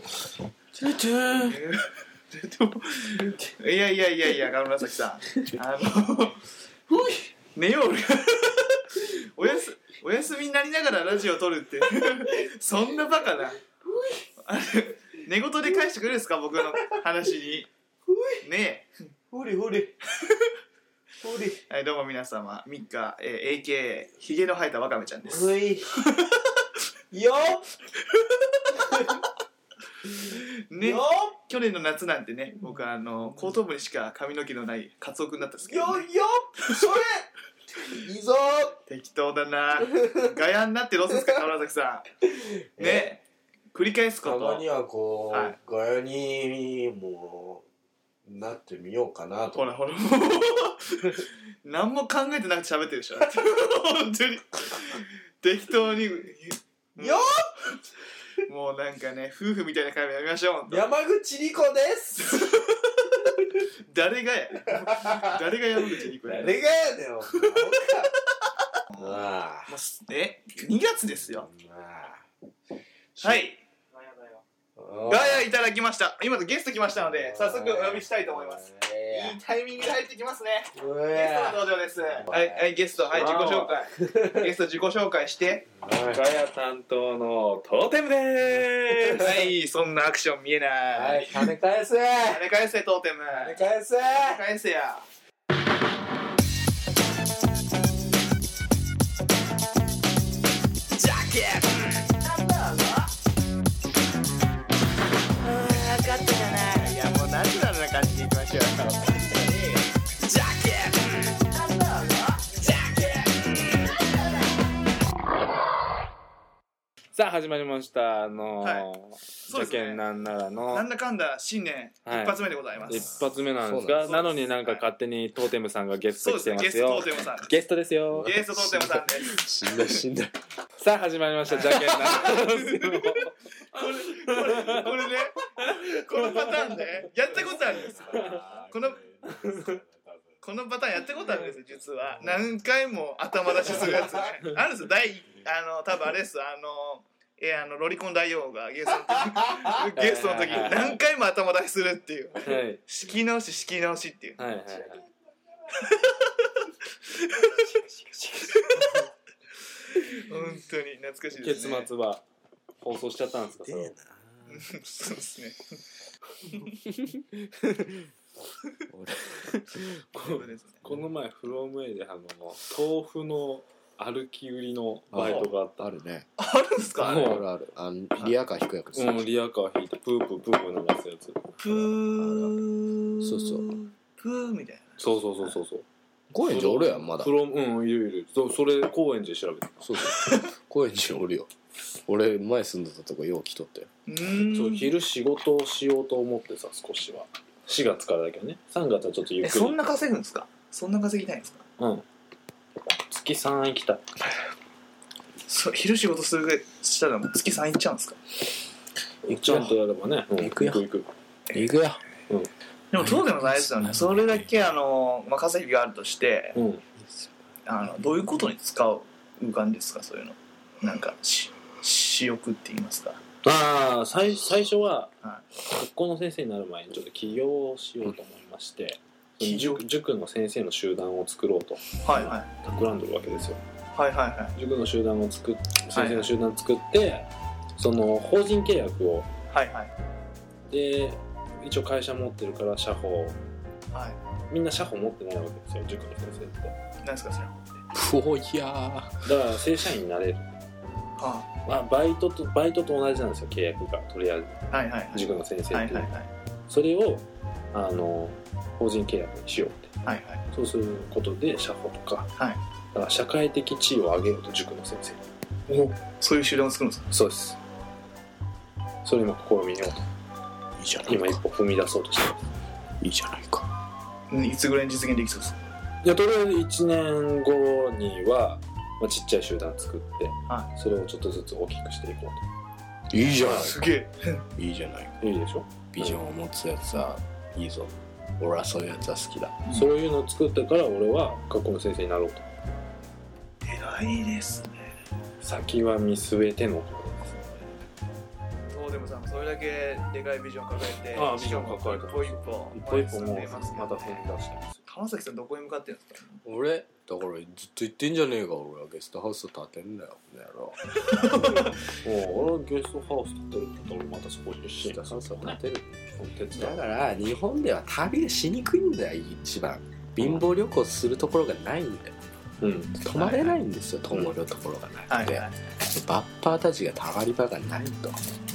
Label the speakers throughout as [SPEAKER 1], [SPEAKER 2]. [SPEAKER 1] トゥトゥ
[SPEAKER 2] いやいやいやいや、川紫さん。あの、
[SPEAKER 1] ふい
[SPEAKER 2] 寝よう俺おやす、お休みになりながらラジオ撮るって。そんなバカな。あれ寝言で返してくれるんですか僕の話に。ね
[SPEAKER 1] ほれほれほれ
[SPEAKER 2] え。はい、どうも皆様。ミッカ、えー AKA、ヒゲの生えたワカメちゃんです。
[SPEAKER 1] ほいよ
[SPEAKER 2] ね
[SPEAKER 1] よ
[SPEAKER 2] 去年の夏なんてね、僕はあの、後頭部にしか髪の毛のないカツオくんだったんですけ
[SPEAKER 1] よ
[SPEAKER 2] ど、ね、
[SPEAKER 1] よそれいいぞ
[SPEAKER 2] 適当だな。ガヤになってどうするんですか、川紫さ ん。ね繰り返すこ
[SPEAKER 3] た
[SPEAKER 2] と。
[SPEAKER 3] まにはこう、
[SPEAKER 2] はい
[SPEAKER 3] ガヤにもなってみようかなと
[SPEAKER 2] ほらほら、もう、何も考えてなくて喋ってるでしょ。本当に。適当に。
[SPEAKER 1] よ
[SPEAKER 2] もうなんかね、夫婦みたいな会話やめましょう。本当
[SPEAKER 1] 山口莉子です
[SPEAKER 2] 誰がや。誰が山口にこれ。
[SPEAKER 3] 誰がやねんお前ああ
[SPEAKER 2] まあすえ ?2 月ですよ。はい。
[SPEAKER 3] ガ
[SPEAKER 2] ガヤいただきました。今ゲスト来ましたので、早速お呼びしたいと思います。いいタイミングで入ってきますね。
[SPEAKER 3] うわ
[SPEAKER 2] ゲストの登場です。はい、はい、ゲスト、はい、自己紹 介。ゲスト自己紹介して。
[SPEAKER 4] ガヤ担当のトーテムでーす
[SPEAKER 2] はい、そんなアクション見えない。
[SPEAKER 3] はい金返せ
[SPEAKER 2] 跳ね返せトーテム
[SPEAKER 3] 金返せ
[SPEAKER 2] 跳ね返せやいやもうナチュラルな感じでいきましょうよ
[SPEAKER 4] さあ始まりましたあの
[SPEAKER 2] はい
[SPEAKER 4] ー
[SPEAKER 2] そうですね
[SPEAKER 4] じゃけんなんならの
[SPEAKER 2] なんだかんだ新年
[SPEAKER 4] はい
[SPEAKER 2] 一発目でございます、
[SPEAKER 4] 一発目なんです
[SPEAKER 3] そうなん
[SPEAKER 4] が
[SPEAKER 2] で
[SPEAKER 4] な
[SPEAKER 2] す
[SPEAKER 4] のになんか勝手にトーテムさんがゲス
[SPEAKER 2] そう
[SPEAKER 4] ト
[SPEAKER 2] で
[SPEAKER 4] 来
[SPEAKER 2] す
[SPEAKER 4] て
[SPEAKER 2] ね
[SPEAKER 4] ま
[SPEAKER 2] ゲストト
[SPEAKER 4] すよ
[SPEAKER 2] ーテムさん
[SPEAKER 4] ゲストですよ
[SPEAKER 2] ゲストトーテムさんです
[SPEAKER 3] 死んだ死んだ
[SPEAKER 4] さあ始まりましたじゃけんなん ならの
[SPEAKER 2] これこれねこのパターンねやったことあるんですこのこのパターンやったことあるんですよ実は何回も頭出しするやつねあるんですよ第一あの多分あれですあのえあのロリコン大王がゲストの時ゲストの時何回も頭出しするっていう
[SPEAKER 4] はい
[SPEAKER 2] 仕切り直し仕切り直しっていう
[SPEAKER 4] はいはいはい
[SPEAKER 2] 本当に懐かしいで
[SPEAKER 4] 結
[SPEAKER 2] すね
[SPEAKER 4] 末は放送しちゃったんですかそれは
[SPEAKER 2] そうですね
[SPEAKER 4] こ
[SPEAKER 2] そうですね
[SPEAKER 4] この前フロムエイであの豆腐の歩き売りのバイトがあった
[SPEAKER 3] あるね
[SPEAKER 2] あるんですか
[SPEAKER 3] あ
[SPEAKER 2] あ
[SPEAKER 4] も
[SPEAKER 2] れ
[SPEAKER 4] う
[SPEAKER 3] るあるあるあのリアカー引く役
[SPEAKER 4] うん、リアカー引いてプープープープー流すやつ
[SPEAKER 2] プー
[SPEAKER 3] そうそう
[SPEAKER 2] プーみたい
[SPEAKER 4] そうそうそうそうそう
[SPEAKER 3] 高円寺おるやんまだ
[SPEAKER 4] フロムうんいるいるそそれ高円寺で調べて
[SPEAKER 3] そうそう高円寺おるよ俺前住んでたとこよう来とったよ
[SPEAKER 2] なうーん
[SPEAKER 4] そう昼仕事をしようと思ってさ少しは4月からだけどね3月はちょっとゆっ
[SPEAKER 2] え
[SPEAKER 4] くり
[SPEAKER 2] そんな稼ぐんですかそんな稼ぎたいんですか
[SPEAKER 4] うん月3行きたい
[SPEAKER 2] そう昼仕事するぐらいしたらもう月3いっちゃうんですか
[SPEAKER 3] 行
[SPEAKER 4] ちゃんとやればね、うん
[SPEAKER 3] 行くよ
[SPEAKER 4] 行く行く
[SPEAKER 3] 行くや
[SPEAKER 2] でもそうでもないですよねそれだけあの、まあ、稼ぎがあるとして
[SPEAKER 4] うん
[SPEAKER 2] あのどういうことに使う感じですかそういうのなんかし私欲って言いますか
[SPEAKER 4] ああ最最初は
[SPEAKER 2] は
[SPEAKER 4] 学校の先生になる前にちょっと起業をしようと思いまして、
[SPEAKER 2] 起業
[SPEAKER 4] 塾塾の先生の集団を作ろうと
[SPEAKER 2] はいはい
[SPEAKER 4] 企んでるわけですよ
[SPEAKER 2] はいはいはい
[SPEAKER 4] 塾の集団を作っ先生の集団作って、その法人契約を
[SPEAKER 2] はいはい
[SPEAKER 4] で一応会社持ってるから社保
[SPEAKER 2] はい
[SPEAKER 4] みんな社保持ってないわけですよ塾の先生って
[SPEAKER 2] 何ですかそれは
[SPEAKER 3] おいや
[SPEAKER 4] だから正社員になれる、
[SPEAKER 2] あ
[SPEAKER 4] まあ、バイトとバイトと同じなんですよ契約がとりあえず
[SPEAKER 2] はいはいはい
[SPEAKER 4] 塾の先生って、
[SPEAKER 2] はいはいはい
[SPEAKER 4] それをあの法人契約にしようって
[SPEAKER 2] はいはい
[SPEAKER 4] そうすることで社保とか,、
[SPEAKER 2] はい
[SPEAKER 4] だから社会的地位を上げようと塾の先生
[SPEAKER 2] おそういう集団を作るんですか
[SPEAKER 4] そうですそれも試みようと
[SPEAKER 3] いいじゃない
[SPEAKER 4] 今一
[SPEAKER 3] か
[SPEAKER 4] 歩踏み出そうとしてます
[SPEAKER 3] いいじゃないか
[SPEAKER 2] うんいつぐらいに実現できそうですか
[SPEAKER 4] いやとりあえず1年後には、まあ、ちっちゃい集団作って、
[SPEAKER 2] は
[SPEAKER 4] それをちょっとずつ大きくしていこ
[SPEAKER 3] いいじゃな
[SPEAKER 2] すげえ
[SPEAKER 3] いいいじゃないか
[SPEAKER 4] うといいでしょ、
[SPEAKER 3] ビジョンを持つやつはいいぞ俺はそういうやつは好きだ
[SPEAKER 2] うん
[SPEAKER 4] そういうのを作ってから俺は学校の先生になろうと
[SPEAKER 2] 偉いですね
[SPEAKER 4] 先は見据えてのことです
[SPEAKER 2] どうでもさんそういうれだけでかいビジョン抱えて
[SPEAKER 4] ああビジョン抱えて
[SPEAKER 2] 一歩一歩
[SPEAKER 4] 一歩一歩も
[SPEAKER 2] 前
[SPEAKER 4] う
[SPEAKER 2] に進んでいますけ
[SPEAKER 4] ま
[SPEAKER 2] ど
[SPEAKER 4] た
[SPEAKER 2] ね
[SPEAKER 4] 踏み出してます
[SPEAKER 2] 浜崎さんどこに向かってるんですか
[SPEAKER 3] 俺だからずっと言ってんじゃねえか俺はゲストハウス建てんだよこの野郎
[SPEAKER 4] もう俺ゲストハウス建てるって言ったらまたそこにいる
[SPEAKER 3] ゲ
[SPEAKER 4] し
[SPEAKER 3] ストハウスを建てる
[SPEAKER 4] 手伝
[SPEAKER 3] だ
[SPEAKER 4] う
[SPEAKER 3] から日本では旅がしにくいんだよ一番貧乏旅行するところがないんだよ
[SPEAKER 4] うん
[SPEAKER 3] 泊まれないんですよ泊まるところがなくて、バッパーたちがたまり場がないと、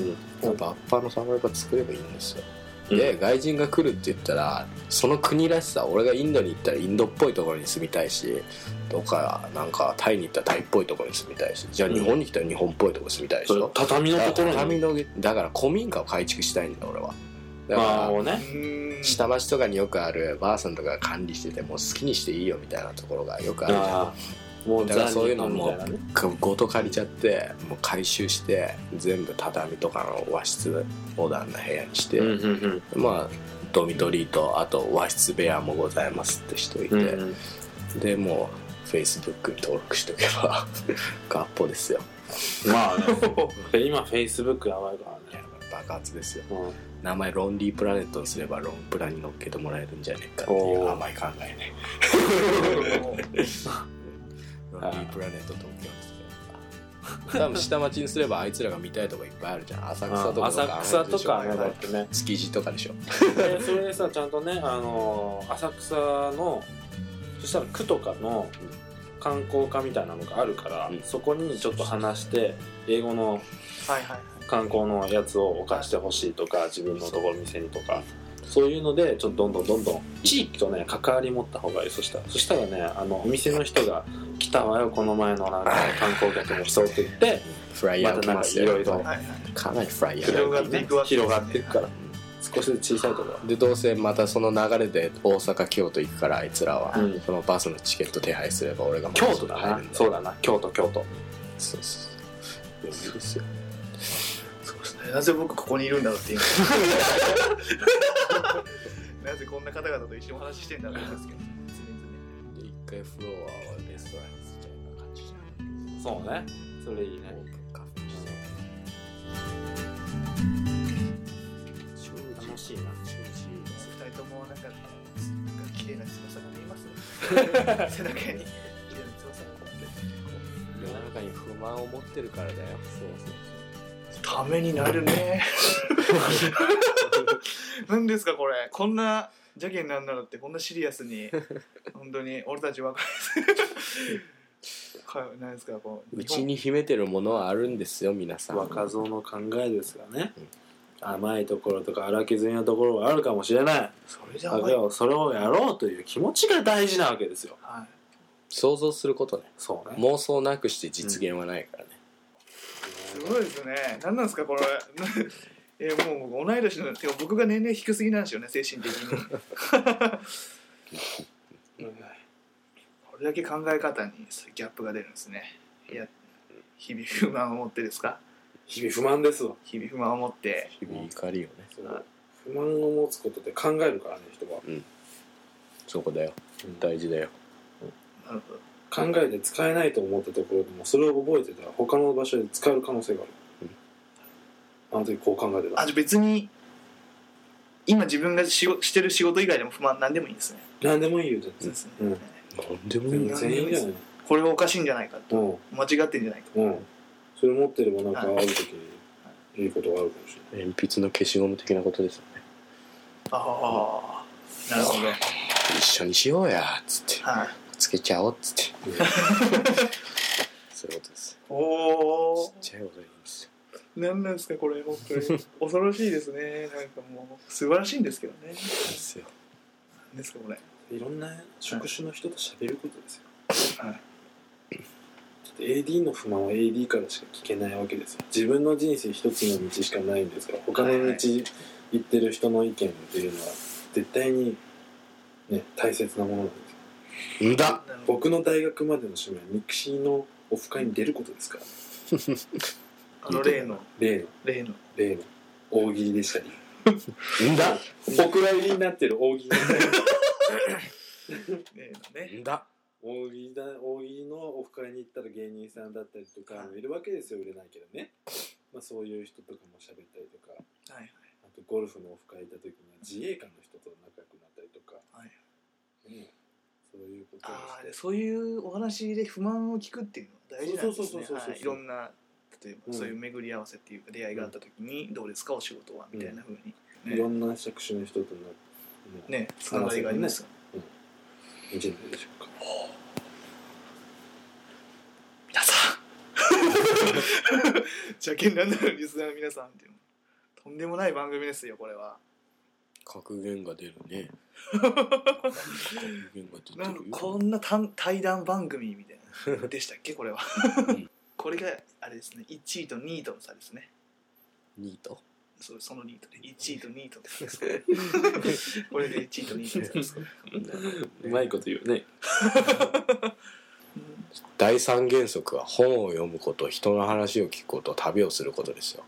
[SPEAKER 4] うん
[SPEAKER 3] バッパーのたまり場作ればいいんですよ、
[SPEAKER 4] うん
[SPEAKER 3] で外人が来るって言ったらその国らしさ俺がインドに行ったらインドっぽいところに住みたいしどっかなんかタイに行ったらタイっぽいところに住みたいしじゃあ日本に来たら日本っぽいところに住みたいでし
[SPEAKER 4] それ
[SPEAKER 3] ょ、
[SPEAKER 4] 畳のところに
[SPEAKER 3] 畳のだから古民家を改築したいんだよ俺はだか
[SPEAKER 4] まあ
[SPEAKER 3] ら
[SPEAKER 4] もうね
[SPEAKER 2] うん
[SPEAKER 3] 下町とかによくあるばあさんとかが管理しててもう好きにしていいよみたいなところがよくあるじゃん
[SPEAKER 4] ああもう
[SPEAKER 3] だからそういうの
[SPEAKER 4] ザ
[SPEAKER 3] も
[SPEAKER 4] 日本みたいなね
[SPEAKER 3] ごと借りちゃってもう回収して全部畳とかの和室モダンな部屋にして、
[SPEAKER 4] うんうん
[SPEAKER 3] まあドミトリーとあと和室部屋もございますってしといて、
[SPEAKER 4] うんうんうん
[SPEAKER 3] でもうフェイスブックに登録しとけば ガッポですよ
[SPEAKER 4] まあねで今フェイスブックやばいから
[SPEAKER 3] いや
[SPEAKER 4] ね
[SPEAKER 3] 爆発ですよ
[SPEAKER 4] うん
[SPEAKER 3] 名前ロンリープラネットにすればロンプラに乗っけてもらえるんじゃねえかっていう
[SPEAKER 4] おー
[SPEAKER 3] 甘い考えねロンリープラネット東京にすれば多分下町にすればあいつらが見たいとこいっぱいあるじゃん浅草とか
[SPEAKER 4] 浅草とか
[SPEAKER 3] あの
[SPEAKER 4] ね
[SPEAKER 3] 辺でしょ
[SPEAKER 4] だってね
[SPEAKER 3] 築地とかでしょ
[SPEAKER 4] でそれでさちゃんとね、あのー浅草のそしたら区とかの観光課みたいなのがあるから、
[SPEAKER 3] うん
[SPEAKER 4] そこにちょっと話して英語の
[SPEAKER 2] はいはい
[SPEAKER 4] 観光のやつを置かしてほしいとか自分のところ店にとかそういうのでちょっとどんどんどんどん地域とね関わり持った方がいいそしたらそしたらねあのお店の人が「来たわよこの前のなんか観光客もそう」って言って
[SPEAKER 3] フライヤー
[SPEAKER 4] ま
[SPEAKER 3] 来
[SPEAKER 4] たなん
[SPEAKER 3] ま
[SPEAKER 4] か
[SPEAKER 3] す
[SPEAKER 4] いろ
[SPEAKER 3] よ
[SPEAKER 4] いろ
[SPEAKER 2] はいはい
[SPEAKER 3] かなりフライヤ
[SPEAKER 2] 広
[SPEAKER 3] ー
[SPEAKER 2] がっていくわけ
[SPEAKER 4] 広がっていくから少しずつ小さいところ
[SPEAKER 3] でどうせまたその流れで大阪京都行くからあいつらは、
[SPEAKER 4] うん
[SPEAKER 3] そのバスのチケット手配すれば俺がもう
[SPEAKER 4] 京都だ
[SPEAKER 3] 入
[SPEAKER 4] な
[SPEAKER 3] るんだ
[SPEAKER 4] そうだな京都京都
[SPEAKER 3] そうそうそうそうですよ
[SPEAKER 2] そうですねなぜ僕ここにいるんだろうって今 なぜこんな方々と一緒にお話ししてんだろうと思うんですけど
[SPEAKER 3] で一回フロアをレストランにするみたいな感じじゃない
[SPEAKER 4] そうねそれい
[SPEAKER 3] オープ
[SPEAKER 4] い
[SPEAKER 3] ンカフェにして
[SPEAKER 4] 楽しいな
[SPEAKER 2] お二人ともなんかなんか綺麗な翼が見えますね背中に綺麗な翼が見えて
[SPEAKER 3] 世の中に不満を持ってるからだよそうそう
[SPEAKER 2] ためになるね 何ですかこれこんな邪気になんならってこんなシリアスに本当に俺たち若いかなんですかこう
[SPEAKER 3] うちに秘めてるものはあるんですよ皆さん
[SPEAKER 4] 若造の考えですがね
[SPEAKER 3] うん
[SPEAKER 4] 甘いところとか荒削りなところがあるかもしれない
[SPEAKER 2] それじ
[SPEAKER 4] だ
[SPEAKER 2] ゃあ
[SPEAKER 4] けどそれをやろうという気持ちが大事なわけですよ
[SPEAKER 2] は
[SPEAKER 3] 想像することね
[SPEAKER 4] そうね
[SPEAKER 3] 妄想なくして実現はないからね、
[SPEAKER 2] い、すごいですね何なんですかこれえもう僕 同い年のてか僕が年齢低すぎなんですよね精神的にこれだけ考え方にギャップが出るんですねいや日々不満を持ってですか
[SPEAKER 4] 日々不満ですわ
[SPEAKER 2] 日々不満を持って
[SPEAKER 3] 日々怒りをね
[SPEAKER 4] 不満を持つことで考えるからね人は
[SPEAKER 3] そこだよ大事だよ
[SPEAKER 2] なるほど
[SPEAKER 4] 考えて使えないと思ったところでもそれを覚えてたら他の場所で使える可能性があるあの時こう考えて
[SPEAKER 2] あ
[SPEAKER 4] た
[SPEAKER 2] じゃあ別に今自分がしごしてる仕事以外でも不満何でもいいんですね。
[SPEAKER 4] 何でもいいよ全
[SPEAKER 2] そう
[SPEAKER 4] 然
[SPEAKER 2] ですね
[SPEAKER 4] うん
[SPEAKER 3] なんでも
[SPEAKER 4] 全
[SPEAKER 3] いい
[SPEAKER 4] 然
[SPEAKER 3] よ
[SPEAKER 4] いいんじゃない
[SPEAKER 2] これはおかしいんじゃないかと
[SPEAKER 4] うん
[SPEAKER 2] 間違ってんじゃないか
[SPEAKER 4] うん。それ持ってればなんか
[SPEAKER 2] は
[SPEAKER 4] ある時にいいことがあるかもし
[SPEAKER 3] 鉛筆の消しゴム的なことですよね
[SPEAKER 2] ああなるほど、
[SPEAKER 3] 一緒にしようやっつって
[SPEAKER 2] はい、
[SPEAKER 3] つけちゃおうっつ って
[SPEAKER 4] れない。
[SPEAKER 3] そういうことです
[SPEAKER 2] お
[SPEAKER 3] ちっち
[SPEAKER 2] お
[SPEAKER 3] ゃいことでいいんですよ
[SPEAKER 2] 何なんですかこれ本当 に恐ろしいですねなんかもう素晴らしいんですけどね
[SPEAKER 3] ですよ
[SPEAKER 2] 何ですかこれ
[SPEAKER 4] いろんな職種の人と喋ることですよ。
[SPEAKER 2] はい
[SPEAKER 4] ちょっと AD の不満は AD からしか聞けないわけですよ。自分の人生一つの道しかないんですから、他の道行ってる人の意見っていうのは絶対にね、大切なものなんですよ。
[SPEAKER 3] んだ
[SPEAKER 2] なるほど
[SPEAKER 4] 僕の大学までの趣味は肉親のオフ会に出ることですから。
[SPEAKER 2] あの例の
[SPEAKER 4] 例の、
[SPEAKER 2] 例の
[SPEAKER 4] 例の、大喜利でしたり。
[SPEAKER 3] んだ
[SPEAKER 4] お蔵入りになってる大喜利でしたり。
[SPEAKER 2] 例のね
[SPEAKER 3] んだ
[SPEAKER 4] 大喜利だ大喜利のオフ会に行ったら芸人さんだったりとか
[SPEAKER 2] はい
[SPEAKER 4] いるわけですよ売れないけどね、まあ、そういう人とかも喋ったりとか
[SPEAKER 2] はいはい
[SPEAKER 4] あとゴルフのオフ会行った時には自衛官の人と仲良くなったりとか、
[SPEAKER 2] はい
[SPEAKER 4] ね、そういうことを
[SPEAKER 2] ああ
[SPEAKER 4] して
[SPEAKER 2] そういうお話で不満を聞くっていうのは大事なんです
[SPEAKER 4] そう
[SPEAKER 2] ね
[SPEAKER 4] そうそうそうそう
[SPEAKER 2] はいいろんな例え
[SPEAKER 4] う
[SPEAKER 2] ば
[SPEAKER 4] ん
[SPEAKER 2] そういう巡り合わせっていうか出会いがあった時にどうですかお仕事はみたいなふうに
[SPEAKER 4] いろんな職種の人との、ね
[SPEAKER 2] ねつながりがありますよね
[SPEAKER 4] いいんじゃないでしょうか
[SPEAKER 2] 皆さん 邪険なんだろうリスナーの皆さんっていうとんでもない番組ですよこれは
[SPEAKER 3] 格言が出る ね格言が出て
[SPEAKER 2] なんか
[SPEAKER 3] るよ
[SPEAKER 2] こんな単対談番組みたいなでしたっけこれは
[SPEAKER 3] うん
[SPEAKER 2] これがあれですね1位と2位との差ですね
[SPEAKER 3] ニート
[SPEAKER 2] そその2位とで1位と2位との差ですね これで1位と2位との差ですね
[SPEAKER 4] うまいこと言うね
[SPEAKER 3] 第三原則は本を読むこと人の話を聞くこと旅をすることですよ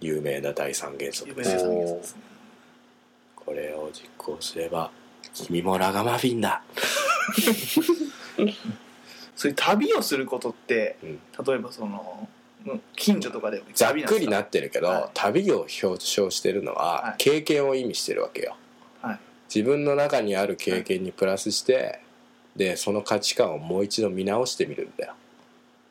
[SPEAKER 3] 有名な第三原則
[SPEAKER 2] 有
[SPEAKER 3] で
[SPEAKER 2] 名
[SPEAKER 3] す
[SPEAKER 2] な三原則ですね
[SPEAKER 3] これを実行すれば君もラガマフィンだ
[SPEAKER 2] そういう旅をすることって、
[SPEAKER 3] うん
[SPEAKER 2] 例えばそのうん近所とかで
[SPEAKER 3] ざっくりなってるけど、
[SPEAKER 2] はい
[SPEAKER 3] 旅を表彰してるの
[SPEAKER 2] は
[SPEAKER 3] はい経験を意味してるわけよ、
[SPEAKER 2] はい
[SPEAKER 3] 自分の中にある経験にプラスして、でその価値観をもう一度見直してみるんだよ、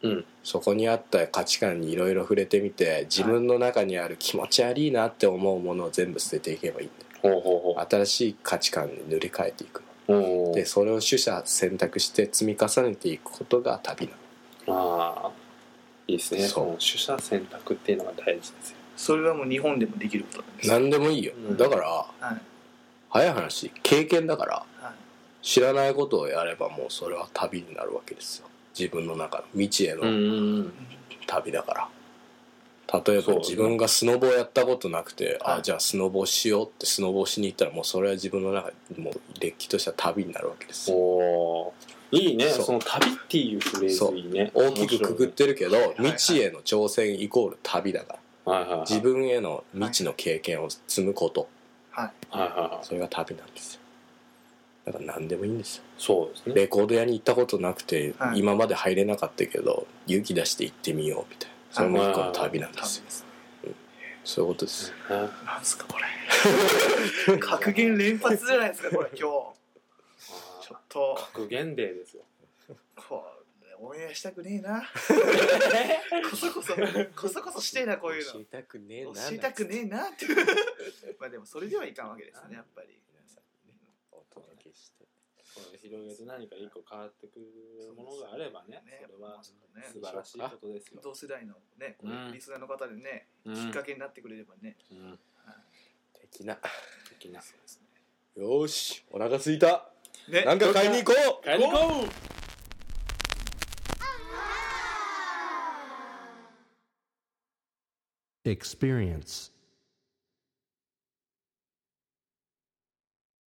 [SPEAKER 4] うん
[SPEAKER 3] そこにあった価値観にいろいろ触れてみて自分の中にある気持ち悪いなって思うものを全部捨てていけばいいんだよ
[SPEAKER 4] ほうほ
[SPEAKER 3] 新しい価値観に塗り替えていく
[SPEAKER 4] うほう
[SPEAKER 3] でそれを取捨選択して積み重ねていくことが旅なの
[SPEAKER 4] ああいいですね
[SPEAKER 3] そう
[SPEAKER 4] その取捨選択っていうのが大事ですよ
[SPEAKER 2] それはもう日本でもできることなんです
[SPEAKER 3] 何でもいいよ、
[SPEAKER 4] うん
[SPEAKER 3] だから
[SPEAKER 2] はい
[SPEAKER 3] 早い話経験だから
[SPEAKER 2] はい
[SPEAKER 3] 知らないことをやればもうそれは旅になるわけですよ自分の中の未知への
[SPEAKER 4] ん
[SPEAKER 3] 旅だから、例え
[SPEAKER 4] そ
[SPEAKER 3] ば
[SPEAKER 4] う
[SPEAKER 3] 自分がスノボをやったことなくて、
[SPEAKER 2] は
[SPEAKER 3] あ
[SPEAKER 2] い
[SPEAKER 3] じゃあスノボしようってスノボしに行ったらもうそれは自分の中でもうれっきとした旅になるわけですよ
[SPEAKER 4] おーいいね
[SPEAKER 3] そう
[SPEAKER 4] その旅っていうフレー
[SPEAKER 3] そう
[SPEAKER 4] ズいいね
[SPEAKER 3] 大きくくくってるけど、
[SPEAKER 2] いはい
[SPEAKER 3] 未知への挑戦イコール旅だから
[SPEAKER 4] はいはいはい
[SPEAKER 3] 自分への未知の経験を積むこと
[SPEAKER 2] はい
[SPEAKER 4] はいはいはい
[SPEAKER 3] それが旅なんですよだから何でもいいんですよ
[SPEAKER 4] そうですね
[SPEAKER 3] レコード屋に行ったことなくて、
[SPEAKER 2] はい
[SPEAKER 3] 今まで入れなかったけど勇気出して行ってみようみたいなそれも一個の旅なんですよ
[SPEAKER 2] 旅ですね
[SPEAKER 3] そういうことです
[SPEAKER 4] あ
[SPEAKER 2] なんすかこ れ格言連発じゃないですかこれ今日ちょ
[SPEAKER 4] ー
[SPEAKER 2] っと
[SPEAKER 4] 格言デーですよ
[SPEAKER 2] これオンエアしたくねえ なこそこそこそこそしてえなこういう
[SPEAKER 3] 教えたくねえ
[SPEAKER 2] の
[SPEAKER 3] な
[SPEAKER 2] 教えたくねえな ってまあでもそれではいかんわけですねやっぱり
[SPEAKER 3] 皆さんにねお届けして
[SPEAKER 4] これ広げて何か一個変わってくるものがあればね
[SPEAKER 2] ね
[SPEAKER 4] それは
[SPEAKER 2] ちょっとね
[SPEAKER 4] 素晴らしいことですよ
[SPEAKER 2] 同世代のねこ
[SPEAKER 4] うん
[SPEAKER 2] うリスナーの方でね
[SPEAKER 4] うん
[SPEAKER 2] きっかけになってくれればね
[SPEAKER 4] うん
[SPEAKER 3] 的な
[SPEAKER 4] 的な
[SPEAKER 3] よーしお腹すいた
[SPEAKER 2] ね
[SPEAKER 3] なんか買いに行こう
[SPEAKER 4] 帰り行こう
[SPEAKER 5] 「experience」